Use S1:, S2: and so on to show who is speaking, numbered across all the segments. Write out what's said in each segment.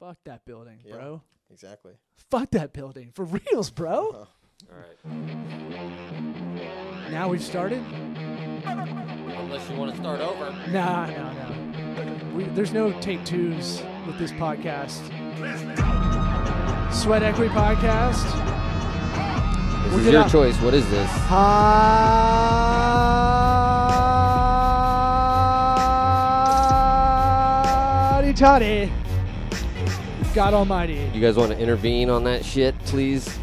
S1: Fuck that building,
S2: Yeah.
S1: bro.
S2: Exactly.
S1: Fuck that building. For reals, bro.
S3: Uh-huh.
S4: All right.
S1: Now we've started?
S4: Unless you want to start over.
S1: Nah, no, no. We, there's no take twos with this podcast. Sweat Equity Podcast.
S3: This
S1: Look
S3: is
S1: it
S3: your
S1: up.
S3: choice. What is this?
S1: Howdy toddy. God Almighty.
S3: You guys want to intervene on that shit, please?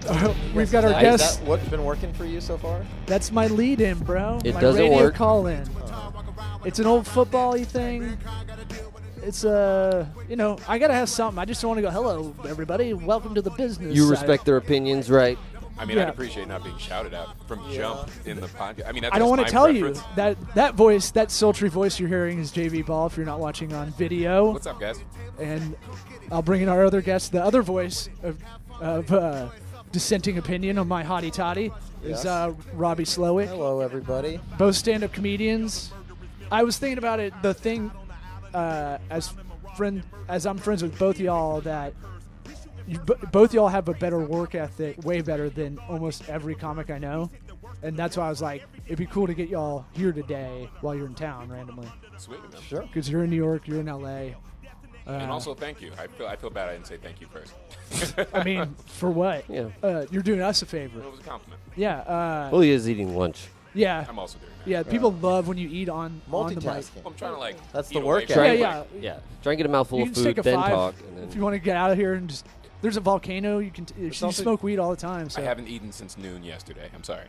S1: We've got our
S3: Nice.
S1: guest.
S2: That, what's been working for you so far?
S1: That's my lead in, bro.
S3: It
S1: my
S3: doesn't
S1: radio
S3: work.
S1: call in. It's an old football y thing. It's a, uh, you know, I got to have something. I just don't want to go, hello, everybody. Welcome to the business.
S3: You
S1: side."
S3: respect their opinions, right?
S5: I mean, I'd
S1: Yeah.
S5: appreciate not being shouted at from jump in the podcast. I mean, that's
S1: I don't
S5: want to
S1: tell
S5: preference.
S1: you that that voice, that sultry voice you're hearing is JV Ball if you're not watching on video.
S5: What's up, guys?
S1: And I'll bring in our other guest, the other voice of, of uh, dissenting opinion on my hottie toddy is
S2: Yes.
S1: uh, Robbie Slowick.
S2: Hello, everybody.
S1: both stand-up comedians. I was thinking about it. The thing, uh, as friend, as I'm friends with both y'all, that you, b- both y'all have a better work ethic, way better than almost every comic I know, and that's why I was like, it'd be cool to get y'all here today while you're in town randomly,
S5: Sweet. man.
S2: Sure.
S1: because you're in New York, you're in LA.
S5: And
S1: Uh,
S5: also, thank you. I feel I feel bad I didn't say thank you first.
S1: I mean, for what?
S3: Yeah.
S1: Uh, you're doing us a favor.
S5: It was a compliment.
S1: Yeah. Uh,
S3: Well, he is eating lunch.
S1: yeah.
S5: I'm also doing that.
S1: Yeah. People love when you eat on on the mic.
S2: Multitasking.
S5: I'm trying to like.
S2: That's
S5: eat
S2: the
S5: away
S2: work
S5: from
S1: Yeah.
S5: it.
S3: ethic.
S1: Yeah.
S3: Yeah. Try and get a mouthful
S1: you
S3: of
S1: can just
S3: food,
S1: take a
S3: then
S1: five
S3: talk. And
S1: if
S3: then
S1: you want to get out of here and just. There's a volcano. You can. T- you
S2: also-
S1: smoke weed all the time. So
S5: I haven't eaten since noon yesterday. I'm sorry.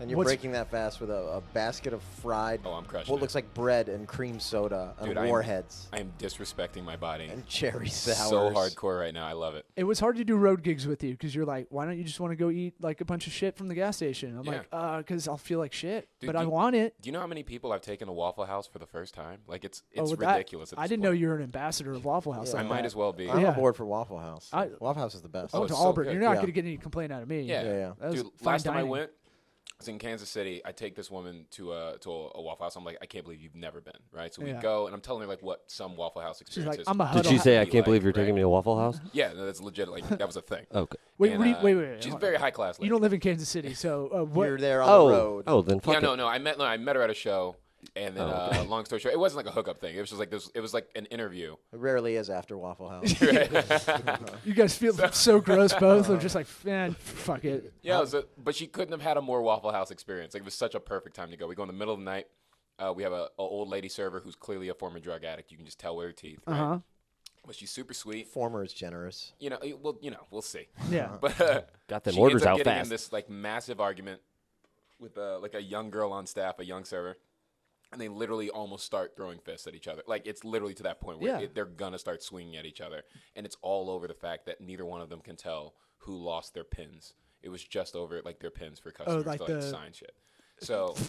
S2: And you're
S1: What's-
S2: breaking that fast with a, a basket of fried,
S5: Oh, I'm crushing
S2: what
S5: it.
S2: looks like bread and cream soda and
S5: Dude, I am-
S2: warheads
S5: I am disrespecting my body
S2: and cherry sours.
S5: so hardcore right now. I love it.
S1: it was hard to do road gigs with you because you're like, why don't you just want to go eat like a bunch of shit from the gas station? I'm
S5: Yeah.
S1: like, uh, because I'll feel like shit,
S5: Dude,
S1: but
S5: do
S1: I
S5: you-
S1: want it.
S5: Do you know how many people I've taken to Waffle House for the first time? Like it's
S1: Oh,
S5: it's
S1: with that-
S5: ridiculous. at
S1: I
S5: this
S1: didn't know
S5: point.
S1: you were an ambassador of Waffle House.
S2: Yeah.
S5: I
S1: like
S5: might
S1: that.
S5: as well be.
S2: I'm
S1: Yeah.
S2: on board for Waffle House.
S1: I-
S2: Waffle House is the best.
S1: Oh,
S5: Oh,
S1: to
S5: it's so
S1: Auburn,
S5: good.
S1: you're not
S2: Yeah.
S1: going to get any complaint out of me.
S5: Yeah,
S2: Yeah, yeah.
S1: That was
S5: Dude,
S1: fine
S5: last time I
S1: dining.
S5: went, I was in Kansas City. I take this woman to a to a, a Waffle House. I'm like, I can't believe you've never been, right? So we
S1: Yeah.
S5: go, and I'm telling her like what some Waffle House
S1: She's
S5: experience
S1: like,
S5: is.
S1: I'm a
S3: Did
S1: huddle.
S3: she say, I
S5: be
S3: can't believe
S5: like,
S3: you're taking
S5: right?
S3: me Oh. to Waffle House?
S5: yeah, no, that's legit. Like that was a thing.
S3: Okay.
S1: Wait,
S5: And,
S1: what do you-
S5: uh,
S1: wait, wait, wait.
S5: She's
S1: hold
S5: very
S1: on.
S5: high class.
S1: You
S5: lady.
S1: don't live in Kansas City, so uh, what?
S2: You're there on the
S3: Oh.
S2: road.
S3: Oh, then fuck
S5: Yeah, no,
S3: it.
S5: no. I met no, I met her at a show, and
S3: Oh,
S5: then uh, long story short, it wasn't like a hookup thing. It was just like this. It was like an interview.
S2: It rarely is after Waffle House.
S1: You guys feel so, gross. Both are just like, man, fuck it.
S5: Yeah, so, but she couldn't have had a more Waffle House experience. Like it was such a perfect time to go. We go in the middle of the night. Uh, we have a, a old lady server who's clearly a former drug addict. You can just tell with her teeth. Right?
S1: Uh-huh.
S5: But she's super sweet.
S2: Former is generous.
S5: You know, eh, well, you know, we'll see.
S1: Yeah.
S5: But uh,
S3: Got them
S5: she
S3: orders
S5: ends up
S3: out
S5: getting
S3: fast.
S5: in this like massive argument with uh, like a young girl on staff, a young server, and they literally almost start throwing fists at each other. Like it's literally to that point where
S1: Yeah.
S5: it, they're gonna start swinging at each other, and it's all over the fact that neither one of them can tell who lost their pins. It was just over like their pins for customers
S1: Oh, like
S5: to like
S1: the-
S5: sign shit. So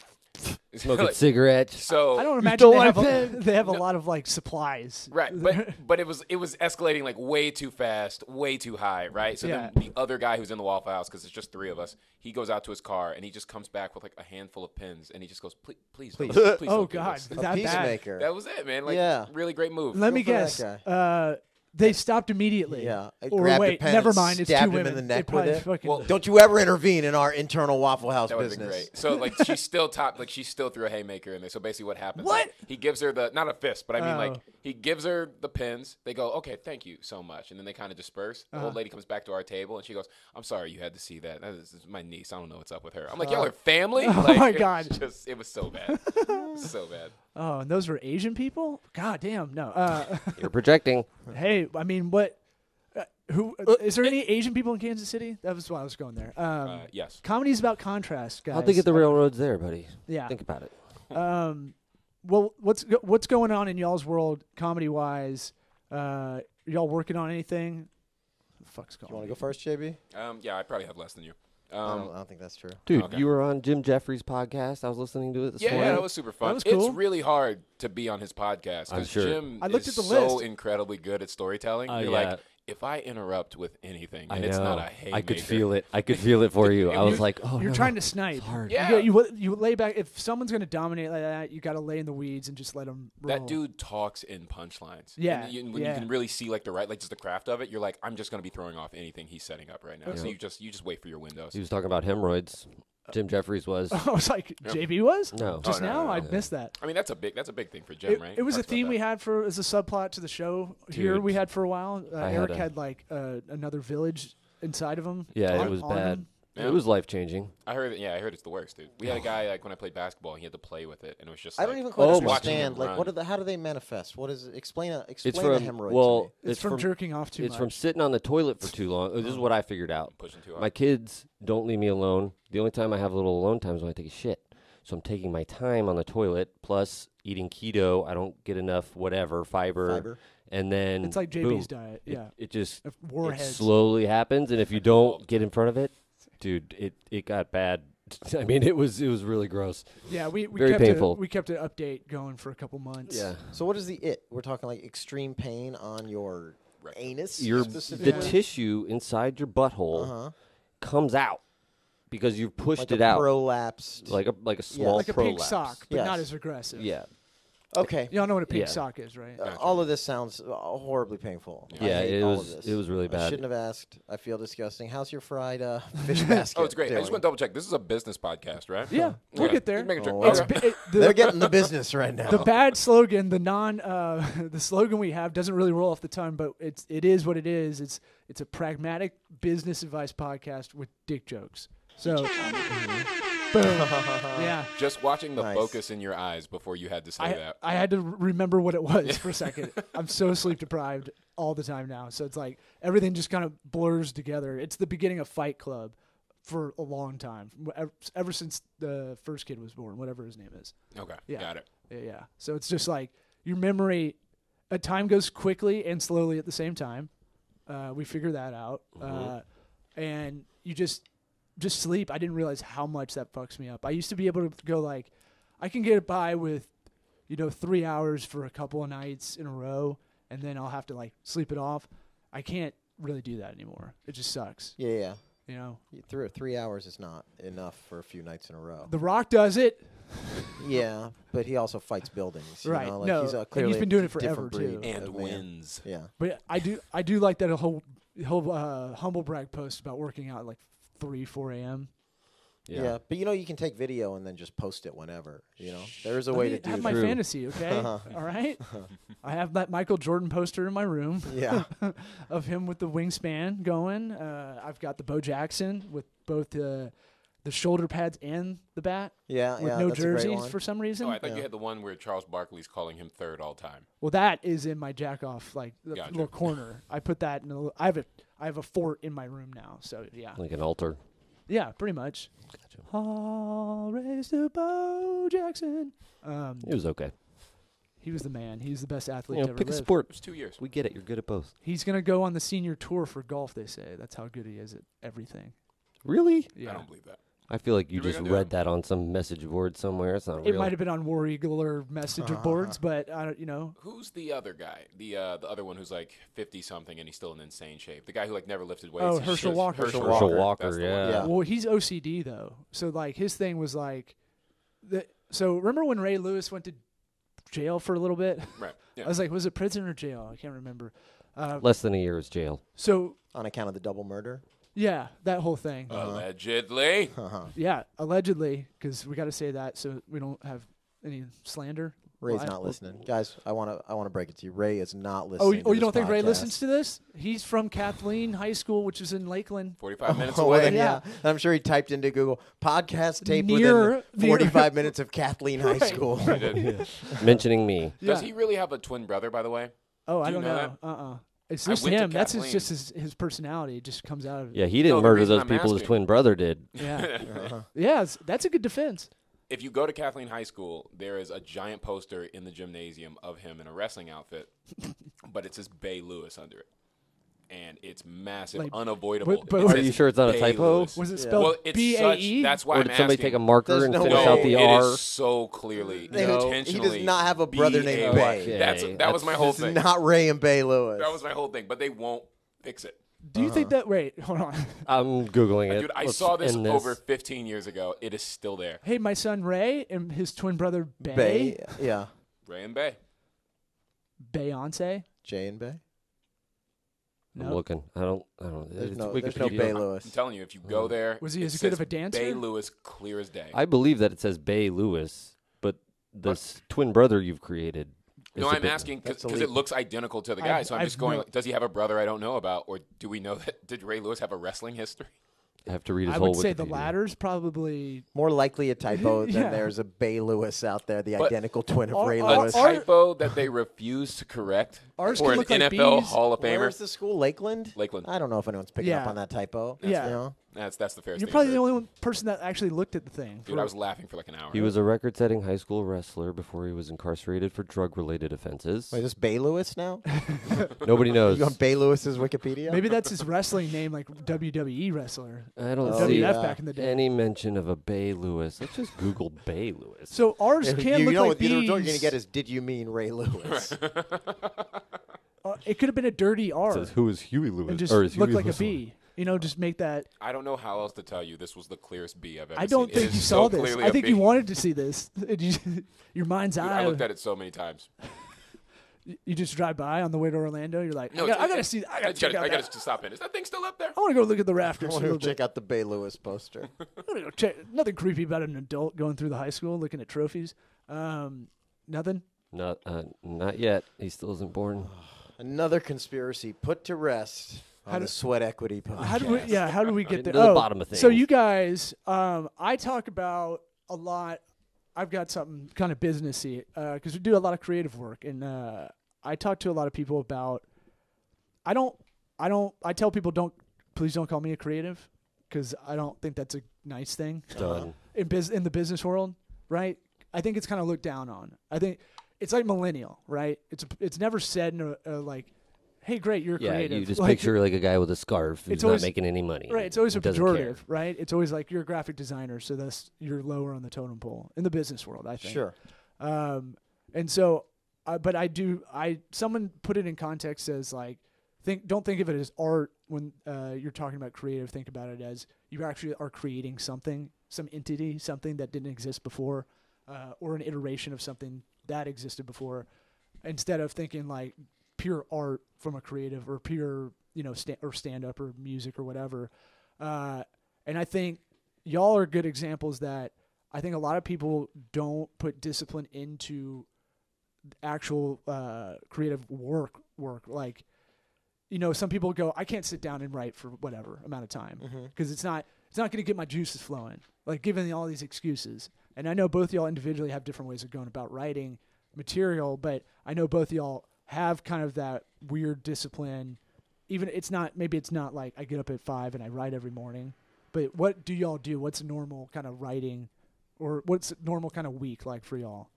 S3: Smoking
S5: like,
S3: cigarettes.
S5: So
S1: I don't imagine
S3: don't
S1: they,
S3: like
S1: have a,
S3: that?
S1: they have a lot of like supplies.
S5: Right, but but it was it was escalating like way too fast, way too high, right? So
S1: Yeah.
S5: then the other guy who's in the Waffle House, because it's just three of us, he goes out to his car and he just comes back with like a handful of pins, and he just goes, "Please, please, please, don't, please
S1: oh
S5: don't do
S1: god,
S5: this."
S1: that
S2: A
S1: bad.
S2: peacemaker.
S5: that was it, man. Like,
S2: Yeah.
S5: really great move.
S1: Let me
S2: for that
S1: guess.
S2: guy.
S1: Uh, they stopped immediately.
S2: Yeah. I
S1: or
S2: grabbed a
S1: wait,
S2: pen
S1: never
S2: and
S1: mind. It's two
S2: stabbed him in
S1: women.
S2: the
S1: They
S2: neck with
S1: probably
S2: it.
S1: fucking-
S5: Well,
S2: Don't you ever intervene in our internal Waffle House
S5: that would have been
S2: business.
S5: great. So like she still top like she still threw a haymaker in there. So basically what happens
S1: What?
S5: like, he gives her the not a fist, but I mean like
S1: Oh.
S5: he gives her the pins. They go, "Okay, thank you so much." And then they kind of disperse. The
S1: Uh-huh.
S5: old lady comes back to our table and she goes, "I'm sorry you had to see that. That is, this is my niece. I don't know what's up with her." I'm like, "Y'all are family?" Oh like,
S1: my
S5: it was
S1: God.
S5: Just it was so bad. so bad.
S1: oh, and those were Asian people. God damn, no. Uh,
S3: You're projecting.
S1: hey, I mean, what? Uh, who uh, is there any Asian people in Kansas City? That was why I was going there. Um,
S5: Uh, yes.
S1: comedy is about contrast, guys.
S3: How'd they get the railroads there, buddy?
S1: Yeah.
S3: Think about it.
S1: well, what's go- what's going on in y'all's world, comedy wise? Uh, y'all working on anything? The fuck's going?
S2: You want to go first, JB?
S5: Um yeah, I probably have less than you.
S2: I,
S5: Um
S2: don't, I don't think that's true.
S3: Dude,
S5: Okay.
S3: you were on Jim Jeffries' podcast. I was listening to it this
S5: yeah,
S3: morning.
S5: yeah, that was super fun.
S1: was
S5: It's
S1: cool.
S5: really hard to be on his podcast
S3: I'm
S5: because
S3: sure.
S5: Jim
S1: I looked
S5: is
S1: at the
S5: so
S1: list.
S5: incredibly good at storytelling.
S3: Oh,
S5: You're
S3: yeah.
S5: like, if I interrupt with anything,
S3: I
S5: and it's not
S3: know.
S5: a haymaker.
S3: I could feel it. I could feel it for you. I was
S1: You're-
S3: like, oh,
S1: you're
S3: no,
S1: trying to snipe.
S3: It's hard.
S5: Yeah.
S1: You, get- you you lay back. If someone's gonna dominate like that, you gotta lay in the weeds and just let them. Roll.
S5: That dude talks in punchlines.
S1: Yeah,
S5: and you, and when
S1: yeah.
S5: you can really see like the right, like just the craft of it. You're like, I'm just gonna be throwing off anything he's setting up right now. So you just you just wait for your windows.
S3: He was talking about hemorrhoids. Jim Jeffries was.
S1: I was like, JB was
S3: No.
S1: just
S5: Oh, no,
S1: now.
S5: no, no,
S1: I
S5: no.
S1: missed that.
S5: I mean, that's a big that's a big thing for Jim,
S1: It,
S5: right?
S1: it was a
S5: Talks about
S1: theme we
S5: that.
S1: had for as a subplot to the show. Here
S3: Dude.
S1: we had for a while. Uh,
S3: I had
S1: Eric
S3: a-
S1: had, like uh, another village inside of him.
S3: Yeah,
S1: on-
S3: it was
S1: on
S3: bad.
S1: him.
S5: Yeah.
S3: It was life changing.
S5: I heard, yeah, I heard it's the worst, dude. We had a guy like when I played basketball, he had to play with it, and it was just.
S2: I don't
S5: like-
S2: even quite
S3: Oh my
S2: understand.
S5: God.
S2: Like, what are the? How do they manifest? What is? Explain. A, explain
S3: It's
S2: the
S3: from
S2: hemorrhoid.
S3: well,
S2: to me.
S1: It's, from, jerking off too
S3: It's
S1: much.
S3: from sitting on the toilet for too long. This is
S1: Mm.
S3: what I figured out.
S5: pushing too hard.
S3: My kids don't leave me alone. The only time I have a little alone time is when I take a shit. So I'm taking my time on the toilet. Plus, eating keto, I don't get enough whatever fiber.
S2: Fiber.
S3: And then
S1: It's like
S3: boom.
S1: JB's diet.
S3: It-
S1: Yeah,
S3: It, just
S1: Of
S3: it
S1: warheads.
S3: slowly happens, and if you don't get in front of it, dude, it it got bad. I mean, it was it was really gross.
S1: yeah. We, we
S3: Very
S1: kept a-
S3: painful.
S1: we kept an update going for a couple months.
S2: So what is the it? We're talking like extreme pain on your anus.
S3: your
S2: specifically?
S3: the tissue inside your butthole
S2: Uh-huh.
S3: comes out because you've pushed
S2: like
S3: it
S2: a
S3: out
S2: Prolapsed.
S3: like a like a small
S1: like a pink
S3: prolapse.
S1: sock, but not
S2: Yes.
S1: as aggressive.
S3: Yeah,
S2: okay.
S1: y'all know what a pink
S3: Yeah.
S1: sock is, right?
S2: Uh, all of this sounds uh, horribly painful. I
S3: Yeah,
S2: hate
S3: it
S2: all of
S3: was-
S2: this.
S3: it was really
S2: I
S3: bad.
S2: shouldn't have asked. I feel disgusting. How's your fried uh, fish basket?
S5: Oh, it's great. I just
S2: doing?
S5: want to double check. This is a business podcast, right?
S1: Yeah, we'll
S5: Okay.
S1: get there.
S5: Just making sure.
S2: Oh,
S1: It's
S5: Okay.
S1: bi- it- the,
S2: They're getting the business right now.
S1: the bad slogan, the non, uh, the slogan we have doesn't really roll off the tongue, but it's it is what it is. It's it's a pragmatic business advice podcast with dick jokes. So, boom, yeah.
S5: Just watching the
S2: Nice.
S5: focus in your eyes before you had to say
S1: I,
S5: that.
S1: I had to r- remember what it was for a second. I'm so sleep deprived all the time now. So it's like everything just kind of blurs together. It's the beginning of Fight Club for a long time, w- ever, ever since the first kid was born, whatever his name is.
S5: okay,
S1: Yeah.
S5: got it.
S1: Yeah, yeah. So it's just like your memory. Uh, time goes quickly and slowly at the same time. Uh, we figure that out, uh, and you just just sleep. I didn't realize how much that fucks me up. I used to be able to go like, I can get by with, you know, three hours for a couple of nights in a row, and then I'll have to like sleep it off. I can't really do that anymore. It just sucks,
S2: yeah, yeah.
S1: you know.
S2: You- Three, three hours is not enough for a few nights in a row.
S1: The Rock does it.
S2: yeah, but he also fights buildings. you
S1: Right,
S2: know, like
S1: no,
S2: He's,
S1: and
S2: uh,
S1: he's
S2: clearly a
S1: been doing it
S2: different
S1: forever,
S2: breed
S1: too.
S5: And
S2: of man.
S5: wins.
S2: Yeah.
S1: But I do I do like that whole whole uh, humble brag post about working out at like three four a.m.
S2: yeah,
S3: Yeah.
S2: But you know, you can take video and then just post it whenever. You know, there is a
S1: Let
S2: way
S1: me
S2: to do
S1: have
S2: that.
S1: my
S3: True.
S1: fantasy, okay? All right. I have that Michael Jordan poster in my room
S2: yeah,
S1: of him with the wingspan going. Uh, I've got the Bo Jackson with both the the shoulder pads and the bat
S2: yeah,
S1: with
S2: Uh, yeah.
S1: no
S2: that's a great
S1: jerseys
S2: one.
S1: for some reason.
S5: Oh, I thought you had the one where Charles Barkley's calling him third all time.
S1: well, that is in my jack off like the
S5: Gotcha.
S1: little corner. I put that in a little, I have a I have a fort in my room now. So yeah.
S3: like an altar.
S1: Yeah, pretty much. All raised to Bo Jackson. Um,
S3: It was okay.
S1: he was the man. He's the best
S3: You
S1: athlete
S3: know,
S1: to ever
S3: pick a
S1: live.
S5: It
S3: sport.
S5: was two years.
S3: We get it. You're good at both.
S1: He's gonna go on the senior tour for golf. They say that's how good he is at everything.
S3: Really?
S5: I
S1: Yeah,
S5: don't believe that.
S3: I feel like you
S5: You're
S3: just
S5: gonna do
S3: read
S5: it.
S3: that on some message board somewhere. It's not
S1: it
S3: real.
S1: might have been on War Eagle or messenger boards, but I don't. You know,
S5: Who's the other guy? The uh, the other one who's like fifty something and he's still in insane shape. The guy who like never lifted weights.
S1: Oh,
S5: He's
S1: Herschel
S5: just-
S1: Walker.
S5: Herschel
S2: Herschel
S5: Walker.
S3: Walker,
S5: That's the one.
S3: yeah.
S2: Yeah.
S1: well, he's OCD though, so like his thing was like, the, so remember when Ray Lewis went to jail for a little bit?
S5: Right. Yeah.
S1: I was like, was it prison or jail? I can't remember. Uh,
S3: Less than a year is jail.
S1: so
S2: on account of the double murder.
S1: yeah, that whole thing.
S2: Uh-huh.
S5: Allegedly.
S1: Yeah, allegedly, because we got to say that so we don't have any slander.
S2: Ray's
S1: Well, I-
S2: not listening, guys. I want to. I want to break it to you. Ray is not listening.
S1: Oh, you,
S2: to
S1: oh, you
S2: this
S1: don't think Ray
S2: podcast.
S1: listens to this? He's from Kathleen High School, which is in Lakeland.
S5: Forty-five minutes
S2: Oh, well,
S5: away.
S2: then, yeah.
S1: Yeah.
S2: I'm sure he typed into Google podcast tape
S1: Near-
S2: within 45 minutes of Kathleen High School.
S5: He did.
S3: Mentioning me.
S5: Does
S1: Yeah.
S5: he really have a twin brother, by the way?
S1: Oh, I
S5: Do you
S1: don't
S5: know
S1: know.
S5: that?
S1: Uh uh It's
S5: I
S1: just
S5: went to
S1: him. That's his,
S5: Kathleen.
S1: just his, his personality. It just comes out of it.
S3: Yeah, he
S5: No,
S3: didn't
S5: the
S3: murder
S5: reason
S3: those
S5: I'm
S3: people. His
S5: asking-
S3: twin brother did.
S1: Yeah.
S5: Uh-huh.
S1: yeah, it's- that's a good defense.
S5: If you go to Kathleen High School, there is a giant poster in the gymnasium of him in a wrestling outfit, but it says Bay Lewis under it. And it's massive,
S1: Like,
S5: unavoidable.
S1: but- but-
S5: It
S1: Are
S5: says
S3: you sure it's not a
S5: Bay
S3: typo?
S5: Lewis.
S1: Was it
S5: Well,
S1: spelled
S5: it's
S1: B A E?
S5: such. That's why
S3: Or
S5: I'm
S3: did somebody
S5: asking.
S3: take a marker
S2: There's
S3: and
S2: no
S3: finish
S5: no,
S3: out the
S5: it
S3: R?
S5: is so clearly
S2: They would- he does
S5: intentionally.
S2: not have a brother named
S5: B-A-Y.
S2: Bay.
S5: That's that was
S3: Okay,
S5: my whole
S2: This
S5: thing.
S2: is not Ray and Bay Lewis.
S5: that was my whole thing. But they won't fix it.
S1: Do you think
S3: Uh-huh.
S1: that? Wait, hold on.
S3: I'm googling it.
S5: Dude, I
S3: Let's
S5: saw this,
S3: end
S5: over 15 years ago. It is still there.
S1: Hey, my son Ray and his twin brother Bay,
S2: Bay. Yeah.
S5: Ray and Bay.
S1: Beyonce.
S2: Jay and Bay.
S3: I'm
S1: No.
S3: looking. I don't. I don't.
S2: There's
S3: it's
S2: no,
S3: Wikipedia.
S2: there's no Bay Lewis.
S5: I'm telling you, if you go there,
S1: Oh. Was he
S5: it
S1: as good
S5: says
S1: of a dancer?
S5: Bay Lewis, clear as day.
S3: I believe that it says Bay Lewis, but this twin brother you've created. is
S5: no,
S3: a
S5: I'm
S3: bit-
S5: asking
S2: that's
S5: because it
S2: illegal.
S5: looks identical to the
S1: I've-
S5: guy. so I'm
S1: I've
S5: just going,
S1: no-
S5: like, does he have a brother I don't know about, or do we know that? Did Ray Lewis have a wrestling history?
S3: I have to read his
S1: I
S3: whole.
S1: would say the
S3: Wikipedia.
S1: latter's probably.
S2: More likely a typo
S1: Yeah.
S2: than there's a Bay Lewis out there, the
S5: But-
S2: identical twin of
S1: Or-
S2: Ray
S1: or-
S2: Lewis.
S1: or-
S5: Typo that they refused to correct
S1: Ours
S5: for
S1: can
S5: an
S1: look like
S5: NFL
S1: bees.
S5: Hall of
S2: Where's
S5: Famer.
S2: the school? Lakeland.
S5: Lakeland.
S2: I don't know if anyone's picking up
S1: Yeah.
S2: on that typo.
S1: Yeah.
S2: You know?
S5: That's that's the fairest.
S1: You're
S5: thing I've
S1: probably the
S5: heard.
S1: only one person that actually looked at the thing.
S5: Dude, I was laughing for like an hour.
S3: He was a record-setting high school wrestler before he was incarcerated for drug-related offenses.
S2: Wait, is this Bay Lewis now?
S3: Nobody knows.
S2: You on Bay Lewis's Wikipedia?
S1: Maybe that's his wrestling name, like WWE wrestler.
S3: I don't
S2: Oh,
S3: see
S1: WF
S2: yeah.
S1: back in the day.
S3: any mention of a Bay Lewis. Let's just Google Bay Lewis.
S1: so ours
S2: You,
S1: can
S2: you
S1: look
S2: know
S1: like
S2: what the
S1: bees.
S2: other result you're gonna get is did you mean Ray Lewis?
S1: Uh, it could have been a dirty R.
S3: It says who is Huey Lewis?
S1: and just
S3: or is
S1: look
S3: Huey
S1: like a
S3: Lewis the one?
S1: bee. You know, just make that.
S5: I don't know how else to tell you. This was the clearest B I've ever.
S1: I don't
S5: seen. It
S1: think
S5: is
S1: you
S5: so
S1: saw this.
S5: clearly
S1: I
S5: a
S1: think
S5: B.
S1: you wanted to see this. It just- Your mind's
S5: Dude,
S1: eye.
S5: I looked at it so many times.
S1: you just drive by on the way to Orlando. You're like, I,
S5: it's-
S1: gotta, I gotta
S5: it-
S1: see. I
S5: I
S1: gotta check
S5: gotta,
S1: out
S5: I gotta
S1: that. Oh.
S5: just stop it. Is that thing still up there?
S1: I want to go look at the
S2: I
S1: rafters. a
S2: want to
S1: little bit.
S2: check out the Bay Lewis poster.
S1: I'm gonna go check. Nothing creepy about an adult going through the high school looking at trophies. Um, nothing.
S3: Not, uh, not yet. He still isn't born.
S2: Another conspiracy put to rest on
S1: How
S2: the
S1: do-
S2: sweat equity podcast.
S1: How do we? Yeah. How do we get
S3: Getting
S1: there?
S3: to the
S1: Oh,
S3: bottom of
S1: So
S3: things.
S1: you guys, um, I talk about a lot. I've got something kind of businessy because we do a lot of creative work, and uh, I talk to a lot of people about. I don't. I don't. I tell people don't. Please don't call me a creative, because I don't think that's a nice thing
S3: Done.
S1: in bus in the business world, right? I think it's kind of looked down on. I think it's like millennial, right? It's it's never said in a, a like, hey, great, you're
S3: Yeah,
S1: creative.
S3: you just
S1: Like,
S3: picture like a guy with a scarf who's
S1: it's always-
S3: not making any money.
S1: Right, it's always a
S3: Doesn't care.
S1: pejorative, right? It's always like you're a graphic designer, so that's you're lower on the totem pole in the business world, I think.
S2: Sure.
S1: Um, and so, uh, but I do. I someone put it in context as like, think don't think of it as art when uh, you're talking about creative. Think about it as you actually are creating something, some entity, something that didn't exist before, uh, or an iteration of something that existed before. Instead of thinking like pure art from a creative or pure you know sta- or stand up or music or whatever. Uh, and I think y'all are good examples that I think a lot of people don't put discipline into actual uh, creative work. Work like, you know, some people go, I can't sit down and write for whatever amount of time
S2: Mm-hmm.
S1: because it's not it's not going to get my juices flowing. Like giving all these excuses, and I know both y'all individually have different ways of going about writing material, but I know both y'all have kind of that weird discipline. Even it's not maybe it's not like I get up at five and I write every morning, but what do y'all do? What's normal kind of writing, or what's normal kind of week like for y'all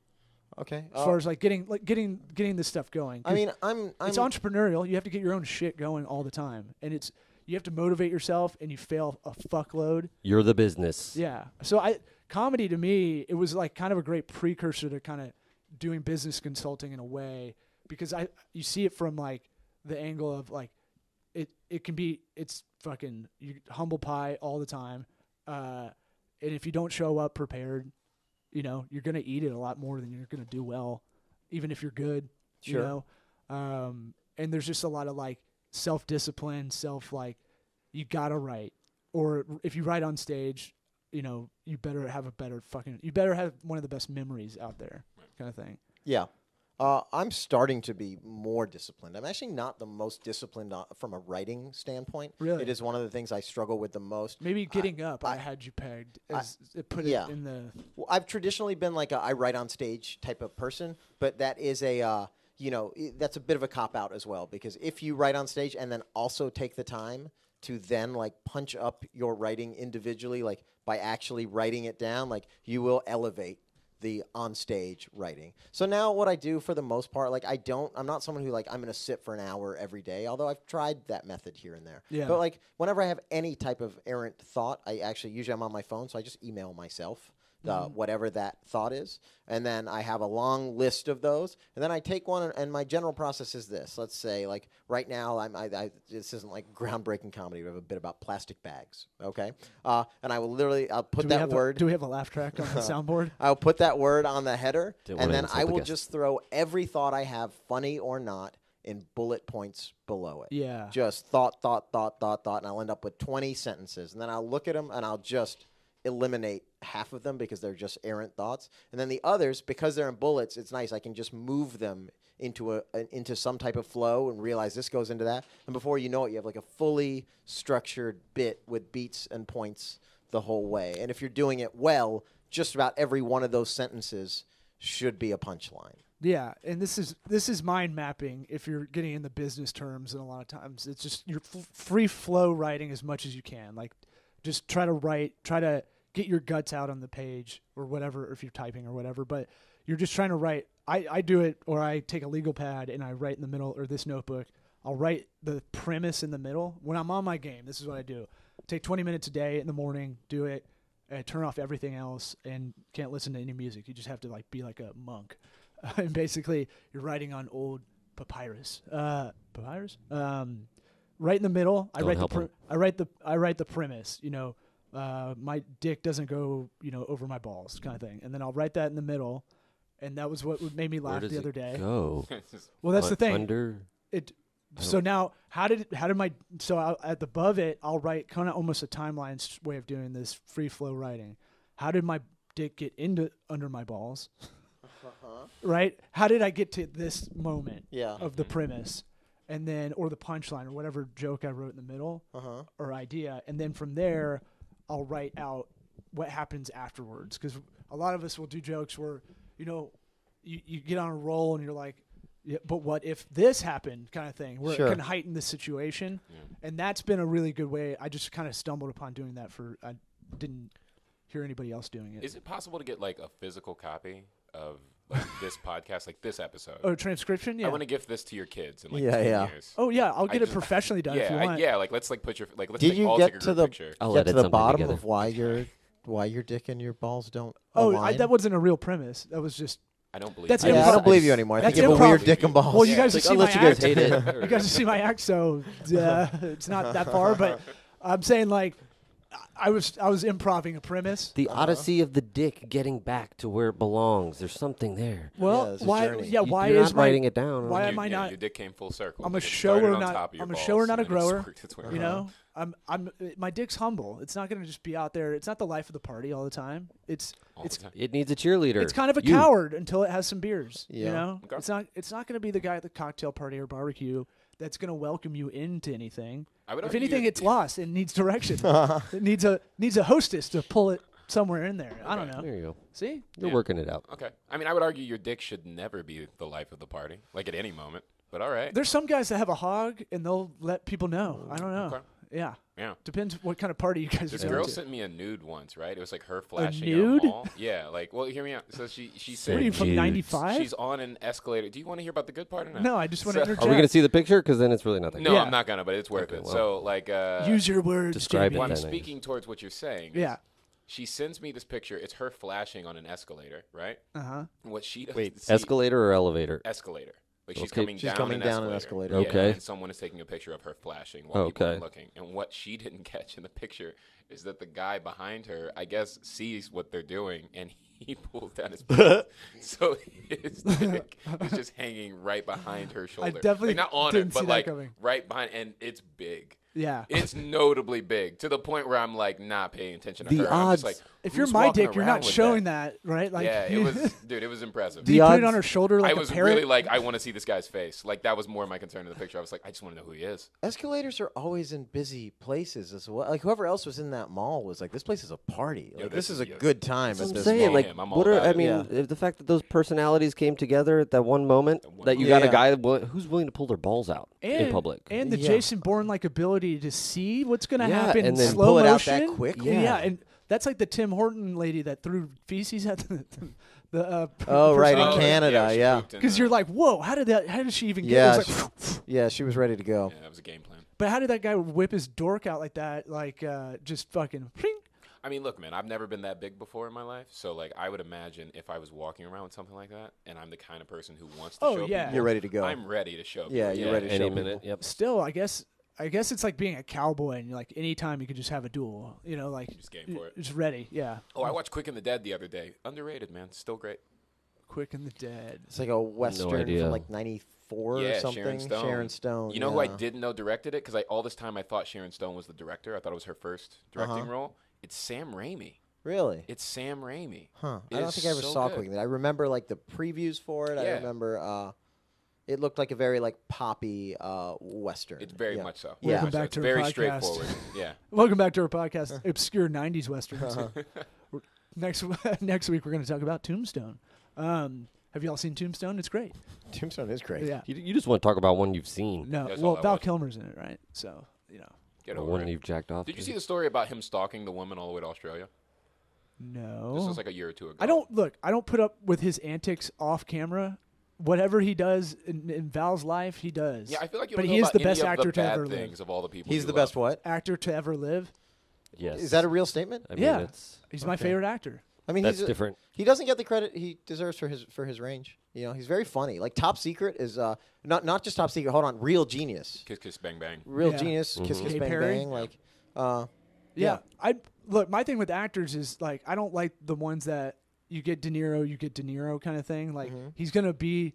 S2: Okay.
S1: as
S2: Uh,
S1: far as like getting like getting getting this stuff going? 'Cause
S2: I mean, I'm. I'm
S1: it's entrepreneurial. You have to get your own shit going all the time, and it's you have to motivate yourself, and you fail a fuckload.
S3: You're the business.
S1: Yeah. So I comedy to me, it was like kind of a great precursor to kind of doing business consulting in a way because I you see it from like the angle of like it it can be it's fucking you humble pie all the time. Uh and if you don't show up prepared, you know, you're going to eat it a lot more than you're going to do well even if you're good, you
S2: Sure.
S1: know. Um and there's just a lot of like self-discipline, self like you got to write or if you write on stage, you know, you better have a better fucking, you better have one of the best memories out there, kind of thing.
S2: Yeah. Uh, I'm starting to be more disciplined. I'm actually not the most disciplined uh, from a writing standpoint.
S1: Really?
S2: It is one of the things I struggle with the most.
S1: Maybe getting up, I, had you pegged as it put
S2: yeah.
S1: it in the.
S2: Well, I've traditionally been like a I write on stage type of person, but that is a uh, you know i- that's a bit of a cop out as well because if you write on stage and then also take the time to then like punch up your writing individually, like by actually writing it down, like you will elevate the on stage writing. So now what I do for the most part, like I don't, I'm not someone who like I'm gonna sit for an hour every day. Although I've tried that method here and there.
S1: Yeah.
S2: But like whenever I have any type of errant thought, I actually usually I'm on my phone, so I just email myself the
S1: Mm-hmm.
S2: whatever that thought is, and then I have a long list of those, and then I take one, and, and my general process is this. Let's say, like right now, I'm I, I, this isn't like groundbreaking comedy. We have a bit about plastic bags, okay? Uh, and I will literally I'll put
S1: Do we
S2: that
S1: have a-
S2: word.
S1: do we have a laugh track on the soundboard?
S2: I'll put that word on the header,
S3: Didn't
S2: and
S3: wanna
S2: then
S3: insult
S2: I
S3: the
S2: will
S3: guest.
S2: just throw every thought I have, funny or not, in bullet points below it.
S1: Yeah.
S2: Just thought, thought, thought, thought, thought, and I'll end up with 20 sentences. And then I'll look at them and I'll just eliminate half of them because they're just errant thoughts. And then the others, because they're in bullets, it's nice. I can just move them into a an- into some type of flow and realize this goes into that. And before you know it, you have like a fully structured bit with beats and points the whole way. And if you're doing it well, just about every one of those sentences should be a punchline.
S1: Yeah, and this is this is mind mapping. If you're getting in the business terms, and a lot of times it's just you're f- free flow writing as much as you can. Like, just try to write, try to get your guts out on the page or whatever, if you're typing or whatever. But you're just trying to write. I I do it, or I take a legal pad and I write in the middle, or this notebook. I'll write the premise in the middle. When I'm on my game, this is what I do. Take 20 minutes a day in the morning, do it, and turn off everything else, and can't listen to any music. You just have to like be like a monk, and basically you're writing on old papyrus. Uh, papyrus. Um, right in the middle, I
S3: Don't
S1: write the
S3: help
S1: pre-
S3: him.
S1: I write the I write the premise. You know, uh, my dick doesn't go you know over my balls kind of thing, and then I'll write that in the middle. And that was what would- made me
S3: Where
S1: laugh
S3: does
S1: the
S3: it
S1: other day.
S3: go?
S1: Well, that's
S3: Un-
S1: the thing
S3: Under
S1: it so now how did how did my so I, at the above it i'll write kind of almost a timeline s- way of doing this free flow writing how did my dick get into under my balls right how did i get to this moment
S2: Yeah.
S1: of the premise and then or the punchline or whatever joke i wrote in the middle
S2: Uh-huh.
S1: or idea and then from there i'll write out what happens afterwards because a lot of us will do jokes where you know you, you get on a roll and you're like yeah, but what if this happened kind of thing where
S2: Sure.
S1: it can heighten the situation and that's been a really good way i just kind of stumbled upon doing that for i didn't hear anybody else doing it
S5: Is it possible to get like a physical copy of like, this podcast, like this episode?
S1: oh transcription yeah
S5: I want to gift this to your kids in like
S2: Yeah,
S5: 10
S2: yeah.
S5: years.
S1: oh yeah i'll
S5: I
S1: get it
S5: just-
S1: professionally done if you
S5: yeah, I-
S1: want
S5: yeah. Like let's like put your like let's
S2: Did
S5: take
S2: you
S5: all
S2: get
S5: take a
S2: to
S5: group
S2: the
S5: picture.
S3: I'll
S2: get
S3: edit
S2: to the
S3: something
S2: bottom
S3: together.
S2: of why your why your dick and your balls don't
S1: oh I,
S2: align?
S1: that wasn't a real premise that was just
S5: I don't believe
S1: That's
S5: it.
S1: Yeah,
S2: yeah, I
S1: improv-
S2: don't believe you anymore. I
S1: that's
S2: think you have a
S1: improv.
S2: weird dick and balls.
S1: Well, you
S5: Yeah,
S1: guys
S3: It's
S1: have
S3: like,
S1: seen
S3: I'll
S1: my
S3: let you guys
S1: act.
S3: hate it.
S1: you guys have seen my act, so uh, it's not that far. But I'm saying like, I- I was I was improving a premise.
S3: The odyssey of the dick getting back to where it belongs. There's something there.
S1: Well,
S2: it's a
S1: why?
S2: journey.
S1: Yeah,
S3: You-
S1: why
S3: you're
S1: is
S3: not
S1: my,
S3: writing it down.
S1: why
S3: are
S1: am
S3: you?
S1: I
S5: yeah,
S1: not-
S5: Your dick came full circle.
S1: I'm a
S5: Like, it started
S1: shower,
S5: on
S1: not-
S5: top of your
S1: I'm a
S5: balls,
S1: shower,
S5: and
S1: not a
S5: then it just
S1: grower,
S5: worked its way
S1: You
S5: around.
S1: know, I'm I'm my dick's humble. It's not gonna just be out there. It's not the life of the party all the time. It's
S5: All the
S1: it's
S5: time.
S3: It needs a cheerleader.
S1: it's kind of a
S3: You.
S1: coward until it has some beers. You
S2: Yeah.
S1: know,
S5: Okay.
S1: it's not it's not gonna be the guy at the cocktail party or barbecue that's gonna welcome you into anything.
S5: I would
S1: if
S5: argue
S1: anything,
S5: that-
S1: it's lost. It needs direction.
S3: Uh-huh.
S1: it needs a needs a hostess to pull it somewhere in there. I don't know.
S3: There you go.
S1: See,
S3: You're working it out.
S5: Okay. I mean, I would argue your dick should never be the life of the party, like at any moment. But all right.
S1: there's some guys that have a hog and they'll let people know.
S3: Oh,
S1: I don't know.
S5: Okay.
S1: Yeah,
S5: yeah.
S1: depends what kind of party you guys are
S5: This
S1: going
S5: girl
S1: to.
S5: sent me a nude once, right? It was like her flashing
S1: nude?
S5: at a mall. Yeah, like, well, hear me out. So she she
S1: What
S5: said
S1: are you from
S3: Dude.
S1: '95?
S5: she's on an escalator. Do you want to hear about the good part or not?
S1: No, I just want
S5: So-
S1: to interject.
S3: Are we going to see the picture? Because then it's really not that
S5: No,
S3: good.
S1: Yeah.
S5: I'm not gonna, but it's worth
S3: Okay,
S5: it.
S3: well.
S5: so like, uh,
S1: use your words?
S3: Describe it
S5: well,
S1: Jamie.
S5: I'm
S3: then, I
S5: speaking towards what you're saying. is
S1: Yeah.
S5: She sends me this picture. It's her flashing on an escalator, right? Uh
S1: Uh-huh.
S5: What she does
S2: Wait,
S5: see-
S3: Escalator or elevator?
S5: escalator. Like she's
S3: Okay.
S5: coming
S2: She's
S5: down,
S2: coming
S5: an
S2: down an escalator.
S5: escalator. Yeah,
S3: Okay.
S5: and someone is taking a picture of her flashing while people
S3: Okay.
S5: are looking. And what she didn't catch in the picture is that the guy behind her, I guess, sees what they're doing and he pulls down his pants. so his dick is just hanging right behind her shoulder.
S1: definitely
S5: Like, not on
S1: didn't
S5: it,
S1: see
S5: but
S1: that
S5: like
S1: coming.
S5: right behind and it's big.
S1: Yeah.
S5: It's notably big to the point where I'm like not paying attention to
S3: The
S5: her. I'm
S3: odds.
S5: just like,
S1: If you're
S5: "Who's
S1: my
S5: walking
S1: dick, you're
S5: around
S1: not
S5: with
S1: showing that, right? Like,
S5: Yeah, it was, dude. It was impressive.
S1: do you put it
S2: odds-
S1: on her shoulder like
S5: I was
S1: a parrot?
S5: really like, I want to see this guy's face. Like that was more my concern in the picture. I was like, I just want to know who he is.
S2: Escalators are always in busy places as well. Like whoever else was in that mall was like, this place is a party. Like this,
S5: this
S2: is
S5: is-
S2: a
S5: yeah, this
S2: good time.
S3: That's
S2: at
S3: what I'm
S2: this
S3: saying.
S2: mall.
S3: Like,
S5: Damn, I'm all
S3: what are,
S5: about
S3: I
S5: it.
S3: mean,
S2: Yeah.
S3: if the fact that those personalities came together at that one moment,
S5: one
S3: that you
S2: moment.
S3: got
S2: Yeah.
S3: a guy that wi- who's willing to pull their balls out
S1: and,
S3: in public.
S1: and the
S2: Yeah.
S1: Jason Bourne like ability to see what's going to
S3: Yeah,
S1: happen
S3: and
S1: in
S3: then-
S1: slow
S2: Pull it out
S1: motion.
S2: that quick?
S1: Yeah.
S2: Yeah.
S1: and that's like the Tim Horton lady that threw feces at the, the uh,
S2: Oh, right, in
S5: Oh,
S2: Canada,
S5: she
S2: yeah.
S5: pooped in
S1: because
S5: the-
S1: you're like, whoa, how did that? How did she even?
S2: Yeah,
S1: get it was like,
S2: yeah, she was ready to go.
S5: Yeah, that was a game plan.
S1: but how did that guy whip his dork out like that? Like uh, just fucking. pring?
S5: I mean, look, man, I've never been that big before in my life. So, like, I would imagine if I was walking around with something like that, and I'm the kind of person who wants to
S1: Oh,
S5: show
S1: yeah.
S5: people,
S1: You're
S2: ready to go.
S5: I'm ready to show
S2: Yeah,
S5: people.
S2: you're ready to
S3: Any
S2: show
S3: minute.
S2: people.
S3: Yep.
S1: Still, I guess I guess it's like being a cowboy and like anytime you could just have a duel. You know, like
S5: Just game for it.
S1: It's ready. Yeah.
S5: Oh, I watched Quick and the Dead the other day. Underrated, man. Still great.
S1: Quick and the Dead.
S2: It's like a western
S3: idea.
S2: from like '94
S5: yeah,
S2: or something.
S5: Sharon Stone.
S2: Stone,
S5: You know who I
S2: yeah.
S5: didn't know directed it because I all this time I thought Sharon Stone was the director. I thought it was her first directing
S2: Uh-huh.
S5: role. It's Sam Raimi.
S2: Really?
S5: It's Sam Raimi.
S2: Huh.
S5: It
S2: I don't
S5: is
S2: think I ever
S5: so
S2: saw
S5: good.
S2: Quick. I remember like the previews for it. I
S5: Yeah.
S2: remember uh, it looked like a very like poppy uh, western.
S5: It's very
S2: Yeah.
S5: much so.
S2: Yeah. Welcome
S5: Very much so.
S1: back
S5: It's
S1: to our
S5: very
S1: podcast.
S5: straightforward. yeah.
S1: Welcome back to our podcast, obscure '90s westerns. We're- next next week, we're going to talk about Tombstone. Um, have you all seen Tombstone? It's great.
S2: Tombstone is great.
S1: Yeah.
S3: You, you just want to talk about one you've seen,
S1: No.
S5: That's all
S1: Well,
S5: I
S1: Val
S5: watch.
S1: Kilmer's in it, right? So you know.
S5: Get
S3: or
S5: over
S3: one
S5: it.
S3: you've jacked off.
S5: Did you
S3: to.
S5: see the story about him stalking the woman all the way to Australia?
S1: No.
S5: This was like a year or two ago.
S1: Oh. I don't look. I don't put up with his antics off camera. Whatever he does in, in Val's life, he does.
S5: Yeah, I feel like you
S1: but
S5: don't
S1: he
S5: know
S1: is
S5: about
S1: the
S5: any
S1: best
S5: of
S1: actor to
S5: bad
S1: ever
S5: things
S1: live.
S5: of all the people. uh,
S2: He's
S5: you
S2: the
S5: love.
S2: best. What?
S1: actor to ever live.
S3: Yes.
S2: Is that a real statement?
S3: I mean,
S1: Yeah.
S3: it's
S1: He's my favorite actor.
S2: I mean,
S3: That's
S2: he's a-
S3: different.
S2: He doesn't get the credit he deserves for his for his range. You know, he's very funny. Like Top Secret is uh, not not just Top Secret. Hold on, Real Genius,
S5: Kiss, kiss, bang, bang.
S2: Real
S1: Yeah.
S2: Genius, Kiss Kiss
S1: Katy
S2: Bang
S1: Perry.
S2: Bang. Like, uh,
S1: Yeah.
S2: Yeah.
S1: I look, my thing with actors is like I don't like the ones that you get De Niro, you get De Niro kind of thing. Like
S2: Mm-hmm.
S1: he's gonna be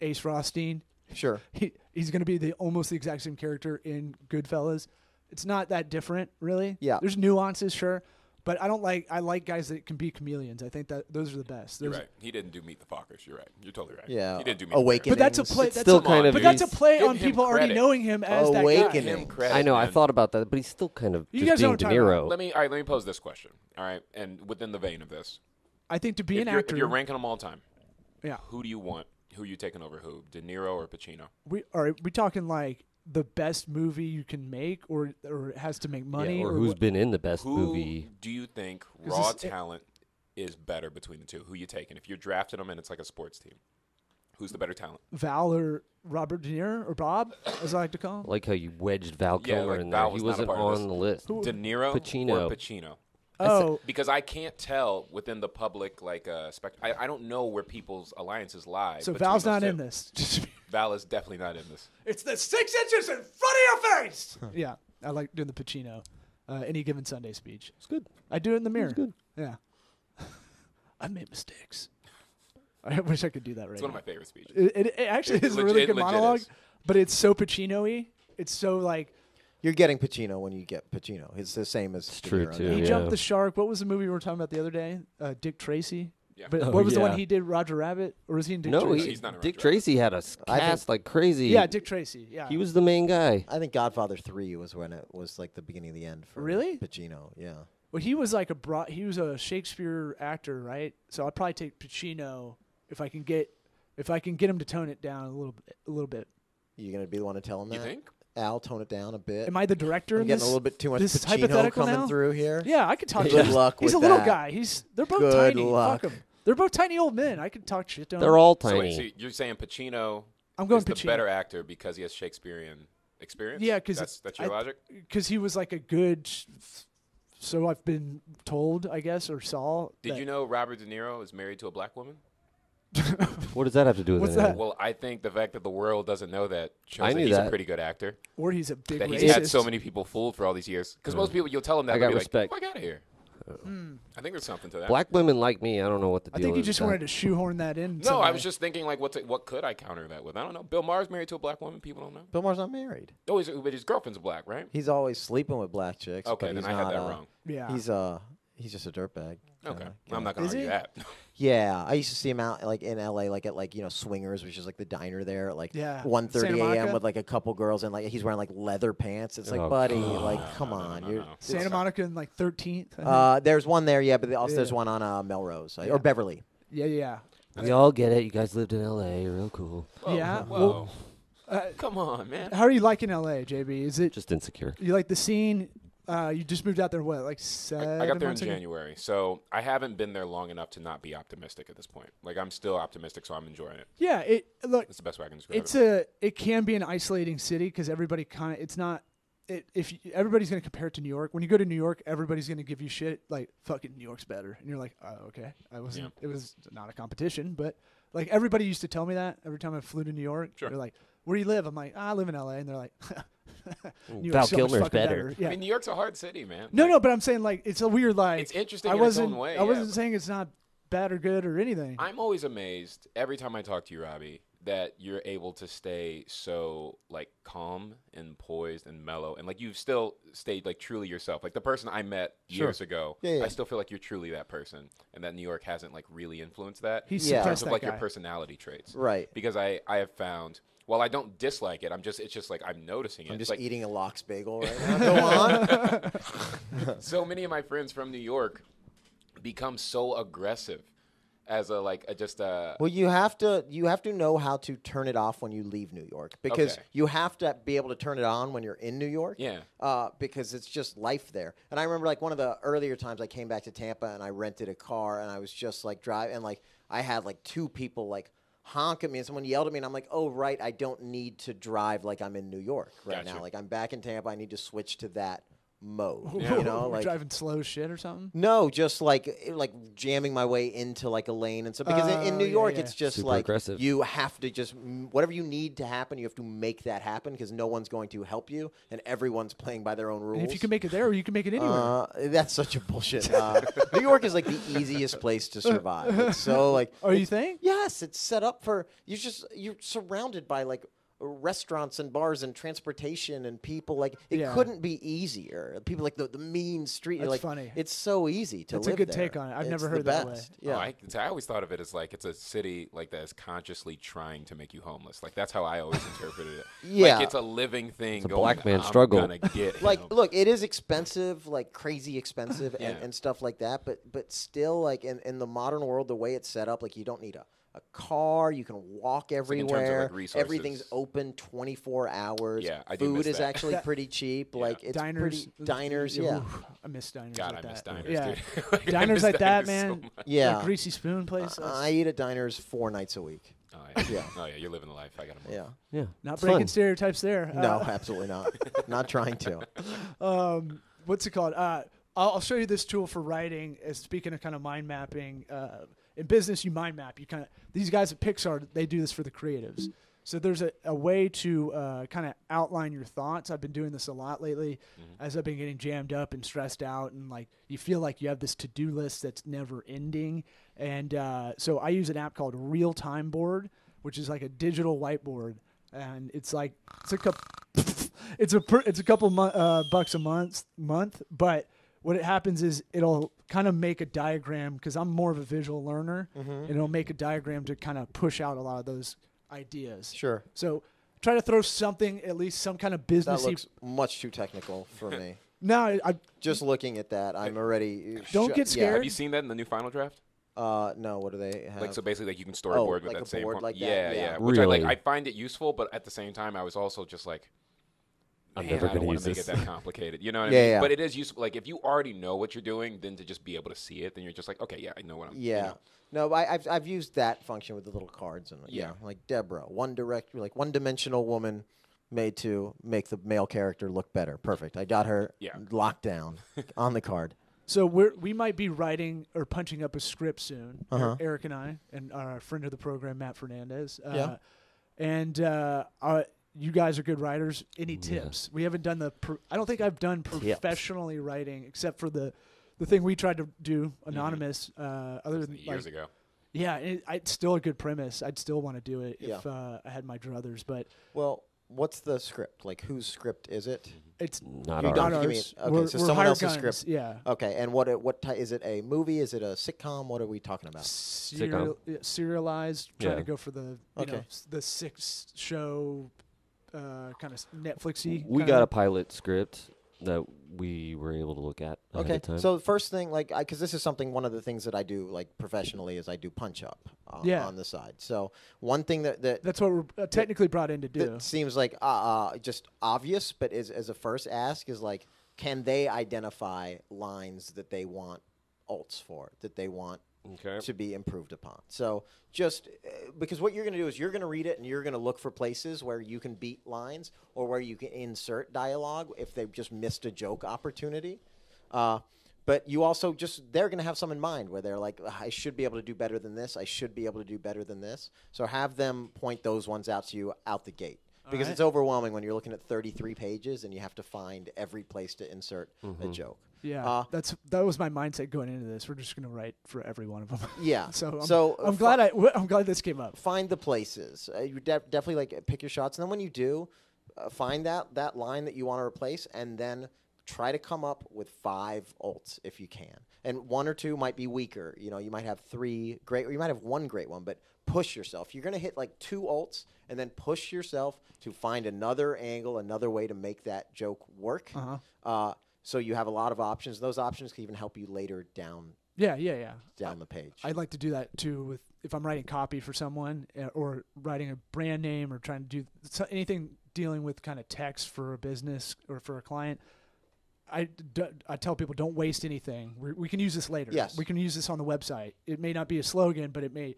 S1: Ace Rothstein.
S2: sure.
S1: He, he's gonna be the almost the exact same character in Goodfellas. It's not that different, really.
S2: Yeah.
S1: There's nuances, sure. But I don't like I like guys that can be chameleons. I think that those are the best.
S5: You're
S1: Those-
S5: right. He didn't do Meet the Fockers. You're right. You're totally right.
S2: Yeah,
S5: He didn't do Meet
S2: Awakening.
S1: But that's a
S2: It's
S1: play. That's
S3: still
S1: a,
S3: kind of
S1: But that's a
S3: his-
S1: play
S5: Give
S1: on
S5: him
S1: people already
S5: credit.
S1: knowing him as that
S5: The
S1: guy.
S2: Awakening.
S5: Fockers. Give him credit,
S3: I know. I
S5: man.
S3: thought about that, but he's still kind of
S1: You
S3: just
S1: guys know
S3: being
S1: what
S3: De
S1: I'm talking about.
S3: Niro.
S5: Let me. All right. Let me pose this question. All right. And within the vein of this,
S1: I think to be
S5: if
S1: an
S5: you're,
S1: actor,
S5: if you're ranking them all time,
S1: yeah.
S5: who do you want? Who are you taking over? Who? De Niro or Pacino?
S1: We are we talking like the best movie you can make, or or it has to make
S3: Yeah,
S1: money,
S3: or
S1: or
S3: who's
S1: what-
S3: been in the best
S5: Who
S3: movie?
S5: do you think
S1: this
S5: raw
S1: is- it-
S5: talent is better between the two? Who you taking? If you're drafting them and it's like a sports team, who's the better talent?
S1: Val or Robert De Niro or Bob, as I like to call
S3: I
S1: him.
S3: like how you wedged Val
S5: Yeah,
S3: Kilmer
S5: like
S3: in
S5: Val
S3: there.
S5: was
S3: he
S5: not a
S3: wasn't
S5: part of
S3: on the list.
S5: De Niro
S3: Pacino.
S5: or Pacino?
S1: Oh,
S5: Because I can't tell within the public like uh, spect- I, I don't know where people's alliances lie.
S1: so
S5: between
S1: Val's
S5: those
S1: not
S5: two.
S1: in this.
S5: Val is definitely not in this.
S1: it's the six inches in front of your face. yeah, I like doing the Pacino, uh, any given Sunday speech.
S3: It's good.
S1: I do it in the mirror.
S3: good.
S1: Yeah, I made mistakes. I wish I could do that right.
S5: It's one of
S1: now.
S5: my favorite speeches.
S1: It, it, it actually
S5: It
S1: is a
S5: legit-
S1: really
S5: it
S1: good
S5: legit
S1: monologue,
S5: is.
S1: but it's so Pacino-y. It's so like
S2: You're getting Pacino when you get Pacino. It's the same as De
S3: true,
S2: Niro.
S3: too.
S1: he
S3: Yeah.
S1: jumped the shark. What was the movie we were talking about the other day? Uh, Dick Tracy.
S5: Yeah.
S1: But
S3: Oh,
S1: what was the
S3: yeah.
S1: one he did? Roger Rabbit, or was he in Dick
S3: No,
S1: Tracy?
S3: he,
S5: he's not in
S3: Dick
S5: Roger Rabbit.
S3: Tracy had us
S2: I think-
S3: cast like crazy.
S1: yeah, Dick Tracy. Yeah,
S3: He was the main guy.
S2: I think Godfather Three was when it was like the beginning of the end for
S1: Really?
S2: Pacino. Yeah.
S1: Well, he was like a broad. He was a Shakespeare actor, right? So I'd probably take Pacino if I can get if I can get him to tone it down a little bit. A little bit.
S2: You're gonna be the one to tell him
S5: You
S2: that.
S5: think?
S2: Al, tone it down a bit.
S1: Am I the director?
S2: I'm
S1: in
S2: getting
S1: this?
S2: a little bit too much
S1: this
S2: Pacino
S1: hypothetical
S2: coming
S1: now?
S2: through here.
S1: Yeah, I could talk.
S2: Good
S1: shit.
S2: luck
S1: He's
S2: with
S1: a little
S2: that.
S1: guy. He's they're both
S2: Good
S1: tiny.
S2: luck.
S1: Fuck 'em. They're both tiny old men. I could talk shit to them.
S3: They're all
S5: So, wait,
S3: tiny.
S5: so you're saying Pacino
S1: I'm going
S5: is the
S1: Pacino.
S5: better actor because he has Shakespearean experience?
S1: Yeah, 'cause
S5: that's, that's
S1: I-
S5: your logic?
S1: because he was like a good. So I've been told, I guess, or saw.
S5: Did
S1: that-
S5: you know Robert De Niro is married to a black woman?
S3: What does that have to do with
S1: What's
S3: anything?
S1: that?
S5: Well, I think the fact that the world doesn't know that shows
S3: I
S5: that
S3: knew
S5: he's
S3: that.
S5: a pretty good actor.
S1: Or he's a big
S5: That
S1: racist.
S5: he's had so many people fooled for all these years. Because most people, you'll tell them that,
S3: Hmm. I
S5: they'll
S3: got
S5: be
S3: respect.
S5: like, "Fuck out of here."
S1: Hmm.
S5: I think there's something to that.
S3: Black women like me. I don't know what the
S1: I
S3: deal
S1: think you
S3: is
S1: just
S3: with
S1: wanted
S3: that.
S1: to shoehorn that in.
S5: no, I
S1: somehow.
S5: was just thinking like, what's it, what could I counter that with? I don't know. Bill Maher's married to a black woman. People don't know.
S2: Bill Maher's not married.
S5: Oh, his, but his girlfriend's black, right?
S2: He's always sleeping with black chicks.
S5: Okay,
S2: but
S5: then
S2: he's
S5: I had
S2: not,
S5: that
S2: uh,
S5: wrong.
S1: Yeah.
S2: He's uh he's just a dirtbag.
S5: Okay,
S2: kinda, yeah.
S5: I'm not gonna
S1: Is
S5: argue
S1: he?
S5: that.
S2: Yeah, I used to see him out like in LA, like at like you know swingers, which is like the diner there, at, like
S1: Yeah,
S2: one
S1: Santa
S2: thirty a.m.
S1: Monica?
S2: with like a couple girls and like he's wearing like leather pants. It's like,
S3: Oh,
S2: buddy,
S3: God.
S2: like come on, you're.
S5: no.
S1: Santa Monica in like 13th. I think.
S2: Uh, there's one there, yeah, but also there's
S1: Yeah.
S2: one on uh, Melrose uh, or Beverly.
S1: yeah, yeah.
S3: We all get it. You guys lived in L.A. Real cool.
S1: yeah.
S5: Whoa.
S1: uh,
S5: Come on, man.
S1: How are you liking LA, JB? Is it
S3: Just insecure.
S1: you like the scene? Uh, you just moved out there what, like seven?
S5: I got there in
S1: months ago?
S5: January, so I haven't been there long enough to not be optimistic at this point. Like I'm still optimistic, so I'm enjoying it.
S1: Yeah. It look,
S5: That's the best way I can describe
S1: it's
S5: it.
S1: a it can be an isolating city because everybody kind of it's not it, if you, everybody's going to compare it to New York, when you go to New York, everybody's going to give you shit like fucking New York's better, and you're like, oh, okay, I wasn't. It was not a competition, but like everybody used to tell me that every time I flew to New York.
S5: Sure.
S1: They're like, where do you live? I'm like, "Ah, I live in L.A., and they're like, New
S3: Val
S1: York's so much
S3: Kilmer's
S1: fucking
S3: better.
S1: Yeah.
S5: I mean, New York's a hard city, man.
S1: no,
S5: Like,
S1: no, but I'm saying like it's a weird like.
S5: It's interesting
S1: I
S5: in its
S1: wasn't.
S5: own way,
S1: I
S5: yeah,
S1: wasn't
S5: but-
S1: saying it's not bad or good or anything.
S5: I'm always amazed every time I talk to you, Robbie, that you're able to stay so like calm and poised and mellow, and like you've still stayed like truly yourself. Like the person I met years ago,
S2: Yeah, yeah.
S5: I still feel like you're truly that person, and that New York hasn't like really influenced that.
S1: He
S5: in
S1: suppressed
S5: terms of
S1: that
S5: like
S1: guy.
S5: your personality traits,
S2: Right.
S5: Because I I have found. While I don't dislike it, I'm just it's just like I'm noticing it.
S2: I'm
S5: It's
S2: just
S5: like,
S2: eating a lox bagel right now. Go on.
S5: so many of my friends from New York become so aggressive as a like a, just a
S2: Well, you have to you have to know how to turn it off when you leave New York because
S5: Okay.
S2: you have to be able to turn it on when you're in New York.
S5: Yeah.
S2: Uh, because it's just life there. And I remember like one of the earlier times I came back to Tampa and I rented a car and I was just like drive and like I had like two people like honk at me and someone yelled at me and I'm like, oh right, I don't need to drive like I'm in New York right
S5: Gotcha.
S2: now. Like I'm back in Tampa. I need to switch to that mode.
S1: We're
S2: You know, like
S1: driving slow shit or something.
S2: no, just like eh, like jamming my way into like a lane and so because in- in,
S1: Oh,
S2: New
S1: yeah,
S2: York
S1: yeah.
S2: it's just
S3: Super
S2: like
S3: aggressive.
S2: you have to just m- whatever you need to happen you have to make that happen because no one's going to help you and everyone's playing by their own rules.
S1: And if you can make it there, you can make it anywhere.
S2: uh, that's such a bullshit. Uh, New York is like the easiest place to survive. It's so like
S1: oh, you think?
S2: Yes, it's set up for you. Just you're surrounded by like restaurants and bars and transportation and people. Like it
S1: Yeah.
S2: couldn't be easier. People like the, the mean street.
S1: That's
S2: like,
S1: funny.
S2: It's so easy to
S1: That's a
S2: live.
S1: good
S2: there.
S1: take on it. I've
S2: It's
S1: never
S2: the
S1: heard that way.
S2: best.
S5: Yeah.
S2: Yeah.
S5: I, I always thought of it as like it's a city like that is consciously trying to make you homeless. Like that's how I always interpreted it.
S2: Yeah.
S5: like it's a living thing.
S3: a
S5: going,
S3: black man's
S5: "I'm
S3: struggle."
S5: gonna get
S2: like
S5: him."
S2: look it is expensive like crazy expensive and,
S5: Yeah.
S2: and stuff like that but but still like in, in the modern world the way it's set up like you don't need a, a car you can walk
S5: in terms of, like,
S2: everywhere everything's
S5: resources.
S2: open 24 hours
S5: Yeah, I do
S2: food
S5: miss
S2: is
S5: that.
S2: actually pretty cheap like it's
S1: diners,
S2: pretty, diners yeah
S1: oof, I miss diners.
S5: God,
S1: like
S5: I miss
S1: that.
S5: diners,
S1: Yeah.
S5: dude. Like, I
S1: diners
S5: miss
S1: like that,
S5: diners so
S1: man.
S5: much.
S2: Yeah. Uh,
S1: Like greasy spoon place. that's
S2: i eat at diners four nights a week
S5: Oh, yeah.
S2: Yeah.
S5: oh yeah, you're living the life. I gotta move.
S2: yeah
S3: Yeah.
S1: not
S3: it's
S1: breaking
S3: fun.
S1: stereotypes there. Uh,
S2: no absolutely not not trying to
S1: um, what's it called? Uh, I'll, I'll show you this tool for writing. As speaking of kind of mind mapping uh, in business, you mind map. You kind of these guys at Pixar they do this for the creatives. So there's a, a way to uh, kind of outline your thoughts. I've been doing this a lot lately, as I've been getting jammed up and stressed out, and like you feel like you have this to-do list that's never ending. And uh, so I use an app called Real Time Board, which is like a digital whiteboard, and it's like it's a couple. it's a per, it's a couple mon- uh, bucks a month month, but what it happens is it'll kind of make a diagram because I'm more of a visual learner,
S2: Mm-hmm.
S1: and it'll make a diagram to kind of push out a lot of those ideas.
S2: Sure.
S1: So try to throw something at least some kind of businessy.
S2: that looks much too technical for me
S1: no, I, I
S2: just looking at that i'm already
S1: Don't
S2: shut-
S1: get
S2: yeah.
S1: scared.
S5: Have you seen that in the new Final Draft?
S2: uh no what do they have Oh,
S5: Like so, basically, like you can storyboard with
S2: like
S5: that
S2: a
S5: same.
S2: board
S5: form-
S2: like that?
S5: yeah,
S2: Yeah.
S5: yeah. Which I like.
S3: Really?
S5: I find it useful, but at the same time, I was also just like,
S3: I'm
S5: Man,
S3: never
S5: I
S3: going to
S5: don't wanna
S3: use
S5: make
S3: this.
S5: it that complicated. You know what
S2: Yeah,
S5: I mean?
S2: yeah.
S5: But it is useful. Like if you already know what you're doing, then to just be able to see it, then you're just like, okay, yeah, I know what I'm. you
S2: Yeah.
S5: know.
S2: No, but I, I've I've used that function with the little cards and yeah,
S5: Yeah.
S2: like Deborah, one direct, like one dimensional woman made to make the male character look better. Perfect. I got her
S5: Yeah.
S2: locked down on the card.
S1: So we're we might be writing or punching up a script soon.
S2: Uh-huh.
S1: Er- Eric and I and our friend of the program Matt Fernandez. Uh,
S2: Yeah.
S1: And uh, uh, you guys are good writers. Any tips? We haven't done the. Pro- I don't think I've done professionally writing except for the the thing we tried to do anonymous. Uh, other than
S5: years
S1: like,
S5: ago.
S1: yeah, it, it's still a good premise. I'd still want to do it if
S2: Yeah.
S1: uh, I had my druthers, but
S2: Well, what's the script? Like whose script is it?
S5: Mm-hmm.
S1: it's
S3: Not
S2: You
S3: ours.
S2: don't-
S1: not
S2: you mean-
S1: ours.
S2: okay,
S1: we're,
S2: so
S1: we're
S2: someone
S1: hired
S2: else's
S1: guns,
S2: script.
S1: Yeah.
S2: Okay, and what it- what ty- is it? A movie? Is it a sitcom? What are we talking about?
S1: serial, yeah, serialized, trying to
S3: Yeah.
S1: go for the you
S2: Okay.
S1: know s- the six show uh, kind of Netflixy.
S3: We
S1: kinda-
S3: got a pilot script that we were able to look at ahead
S2: Okay,
S3: of time.
S2: so the first thing, like, because this is something, one of the things that I do, like, professionally, is I do punch up on,
S1: Yeah.
S2: on the side. So one thing that, that
S1: That's what we're uh, technically brought in to do.
S2: that seems like uh, uh, just obvious, but is, as a first ask is like, can they identify lines that they want alts for, that they want
S3: Okay.
S2: to be improved upon. So just uh, because what you're going to do is you're going to read it and you're going to look for places where you can beat lines or where you can insert dialogue if they've just missed a joke opportunity. Uh, but you also just they're going to have some in mind where they're like, "Ugh, I should be able to do better than this. I should be able to do better than this. So have them point those ones out to you out the gate. Because it's overwhelming when you're looking at 33 pages and you have to find every place to insert a joke.
S1: Yeah,
S2: Uh,
S1: that's that was my mindset going into this. We're just gonna write for every one of them.
S2: Yeah,
S1: so I'm,
S2: so, uh,
S1: I'm glad I w- I'm glad this came up.
S2: find the places. Uh, you def- definitely like pick your shots, and then when you do, uh, find that that line that you want to replace, and then try to come up with five alts if you can. And one or two might be weaker. You know, you might have three great, or you might have one great one, but push yourself. You're gonna hit like two alts, and then push yourself to find another angle, another way to make that joke work. uh so you have a lot of options. Those options can even help you later down
S1: Yeah, yeah, yeah.
S2: down the page.
S1: I'd like to do that too with if I'm writing copy for someone uh, or writing a brand name or trying to do so anything dealing with kind of text for a business or for a client. I, d- I tell people don't waste anything. we we can use this later.
S2: Yes.
S1: We can use this on the website. It may not be a slogan, but it may.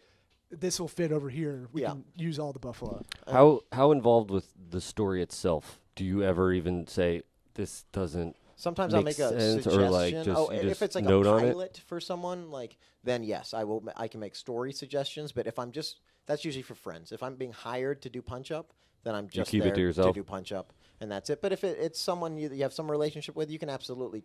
S1: This will fit over here. We
S2: Yeah.
S1: can use all the buffalo.
S3: How how involved with the story itself do you ever even say this doesn't?
S2: Sometimes
S3: makes
S2: I'll make a
S3: sense
S2: suggestion.
S3: or, like, just-
S2: oh,
S3: you
S2: and if
S3: just
S2: it's like
S3: note
S2: a
S3: on it?
S2: pilot for someone, like then yes, I will. I can make story suggestions. But if I'm just that's usually for friends. If I'm being hired to do punch up, then I'm just
S3: keep it to
S2: there
S3: yourself.
S2: do punch up, and that's it. But if it, it's someone you, you have some relationship with, you can absolutely.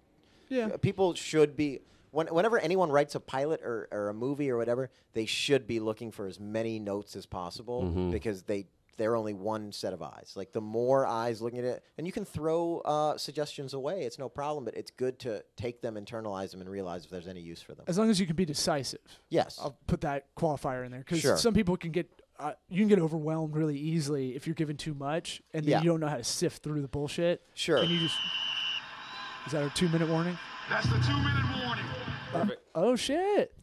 S1: Yeah.
S2: Uh, People should be. When, whenever anyone writes a pilot or, or a movie or whatever, they should be looking for as many notes as possible because they they're only one set of eyes. Like the more eyes looking at it, and you can throw uh, suggestions away; it's no problem. But it's good to take them, internalize them, and realize if there's any use for them.
S1: As long as you can be decisive.
S2: Yes,
S1: I'll put that qualifier in there because
S2: Sure.
S1: some people can get uh, you can get overwhelmed really easily if you're given too much and then
S2: Yeah.
S1: you don't know how to sift through the bullshit.
S2: Sure.
S1: And you just is that our two minute warning?
S6: That's the two minute warning.
S1: Oh shit!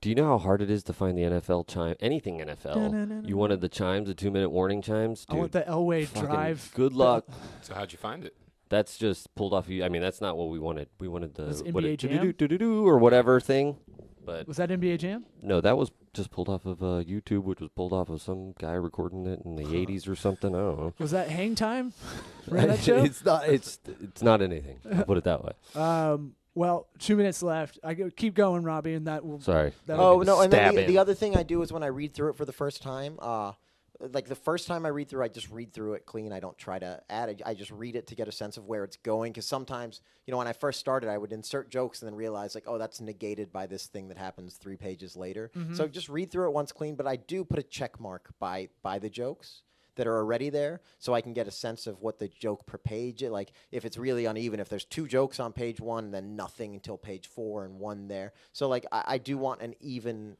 S3: Do you know how hard it is to find the NFL chime? Anything NFL? You wanted the chimes, the two minute warning chimes. Dude,
S1: I want the Elway
S3: fucking
S1: drive.
S3: Good luck.
S5: So how'd you find it?
S3: That's just pulled off. You. I mean, that's not what we wanted. We wanted the
S1: That's
S3: what
S1: NBA
S3: it-
S1: Jam?
S3: do-do-do, do-do-do, or whatever thing. But
S1: Was that NBA Jam?
S3: no, that was just pulled off of uh, YouTube, which was pulled off of some guy recording it in the '80s or something. I don't know.
S1: Was that Hang Time? Remember that show?
S3: it's not. It's it's not anything. I'll put it that way.
S1: Um, well, two minutes left. I go, keep going, Robbie, and that will.
S3: Sorry.
S1: That'll
S2: Oh no! And then
S3: Stab
S2: the,
S3: him.
S2: the other thing I do is when I read through it for the first time, uh, like the first time I read through, I just read through it clean. I don't try to add it. I just read it to get a sense of where it's going. Because sometimes, you know, when I first started, I would insert jokes and then realize like, oh, that's negated by this thing that happens three pages later.
S1: Mm-hmm.
S2: So just read through it once clean. But I do put a check mark by by the jokes that are already there so I can get a sense of what the joke per page is. Like if it's really uneven, if there's two jokes on page one, then nothing until page four and one there. So like I, I do want an even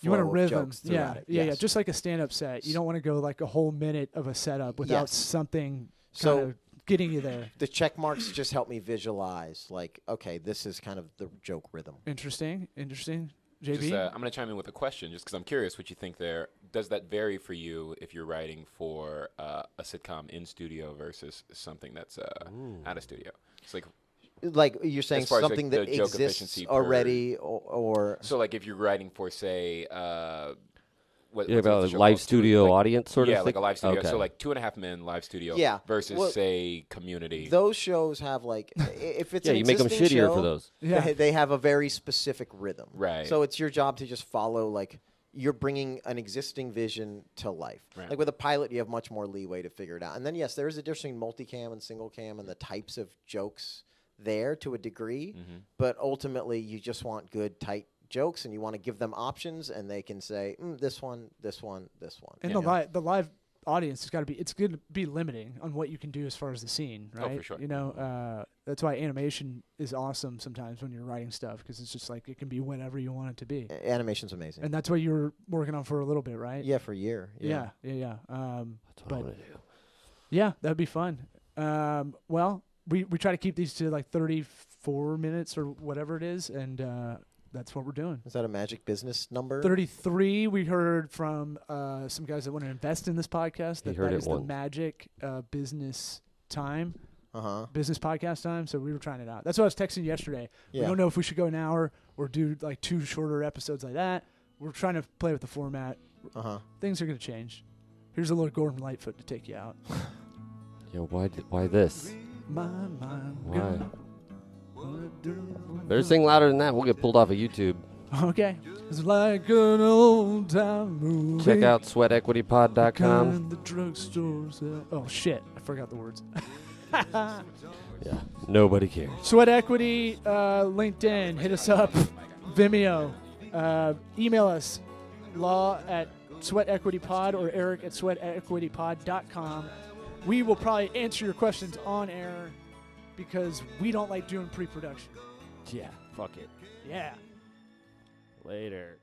S1: You want a
S2: flow of
S1: rhythm,
S2: jokes
S1: yeah,
S2: throughout it.
S1: yeah, yeah.
S2: Yes.
S1: Just like a stand-up set, you don't want to go like a whole minute of a setup without
S2: Yes.
S1: something
S2: So-
S1: kind of getting you there.
S2: the check marks just help me visualize like, okay, this is kind of the joke rhythm.
S1: Interesting, interesting. JB,
S5: Just, uh, I'm going to chime in with a question just because I'm curious what you think there. Does that vary for you if you're writing for uh, a sitcom in studio versus something that's uh, out of studio? It's like,
S2: Like you're saying
S5: As far as, like,
S2: something
S5: the
S2: that
S5: joke
S2: exists
S5: efficiency per-
S2: already or, or
S5: so like if you're writing for, say, uh, what,
S3: Yeah,
S5: what's
S3: about
S5: the
S3: like
S5: show
S3: live
S5: called? Two-
S3: studio
S5: like-
S3: audience sort
S5: yeah,
S3: of
S5: like
S3: thing?
S5: a live studio.
S3: Okay.
S5: So like two and a half men live studio
S2: Yeah,
S5: versus,
S2: well,
S5: say, community.
S2: those shows have like i- if it's
S3: Yeah,
S2: an
S3: you make 'em
S2: existing
S3: shittier for
S2: show,
S3: those.
S1: Yeah.
S2: they, they have a very specific rhythm
S5: Right.
S2: so it's your job to just follow like you're bringing an existing vision to life
S5: Right.
S2: like with a pilot you have much more leeway to figure it out and then yes there is a difference between multicam and single cam and the types of jokes there to a
S5: Mm-hmm.
S2: degree but ultimately you just want good tight jokes and you want to give them options and they can say mm, this one this one this one
S1: And
S2: you
S1: the
S2: know?
S1: live the live audience has got to be it's going to be limiting on what you can do as far as the scene,
S5: Oh,
S1: right?
S5: for sure.
S1: You know, uh, that's why animation is awesome sometimes when you're writing stuff because it's just like it can be whatever you want it to be.
S2: A- animation's amazing
S1: And that's what you were working on for a little bit, right?
S2: yeah for a year
S1: yeah, yeah, yeah. Um,
S3: That's what I
S1: but-
S3: want to do.
S1: yeah, that'd be fun. Um, well, we we try to keep these to like 34 minutes or whatever it is, and uh, that's what we're doing.
S2: is that a magic business number
S1: 33 we heard from uh, some guys that want to invest in this podcast
S3: He
S1: that
S3: heard
S1: that
S3: it
S1: is the
S3: once.
S1: magic uh, business time
S2: Uh huh.
S1: business podcast time, so we were trying it out. That's what I was texting yesterday. We
S2: Yeah.
S1: don't know if we should go an hour or do like two shorter episodes like that. We're trying to play with the format.
S2: Uh huh.
S1: Things are going to change. Here's a little Gordon Lightfoot to take you out.
S3: Yeah, why? d- Why this?
S1: My mind.
S3: Why? Better sing louder than that. We'll get pulled off of YouTube.
S1: Okay. It's like an old time movie.
S3: Check out sweatequitypod.com.
S1: Kind the drugstore sell- Oh shit! I forgot the words.
S3: Yeah, nobody cares.
S1: Sweat Equity, uh, LinkedIn, hit us up, Vimeo, uh, email us, law at Sweat Equity Pod or Eric at sweatequitypod.com. We will probably answer your questions on air because we don't like doing pre-production.
S3: Yeah, fuck it.
S1: Yeah.
S3: Later.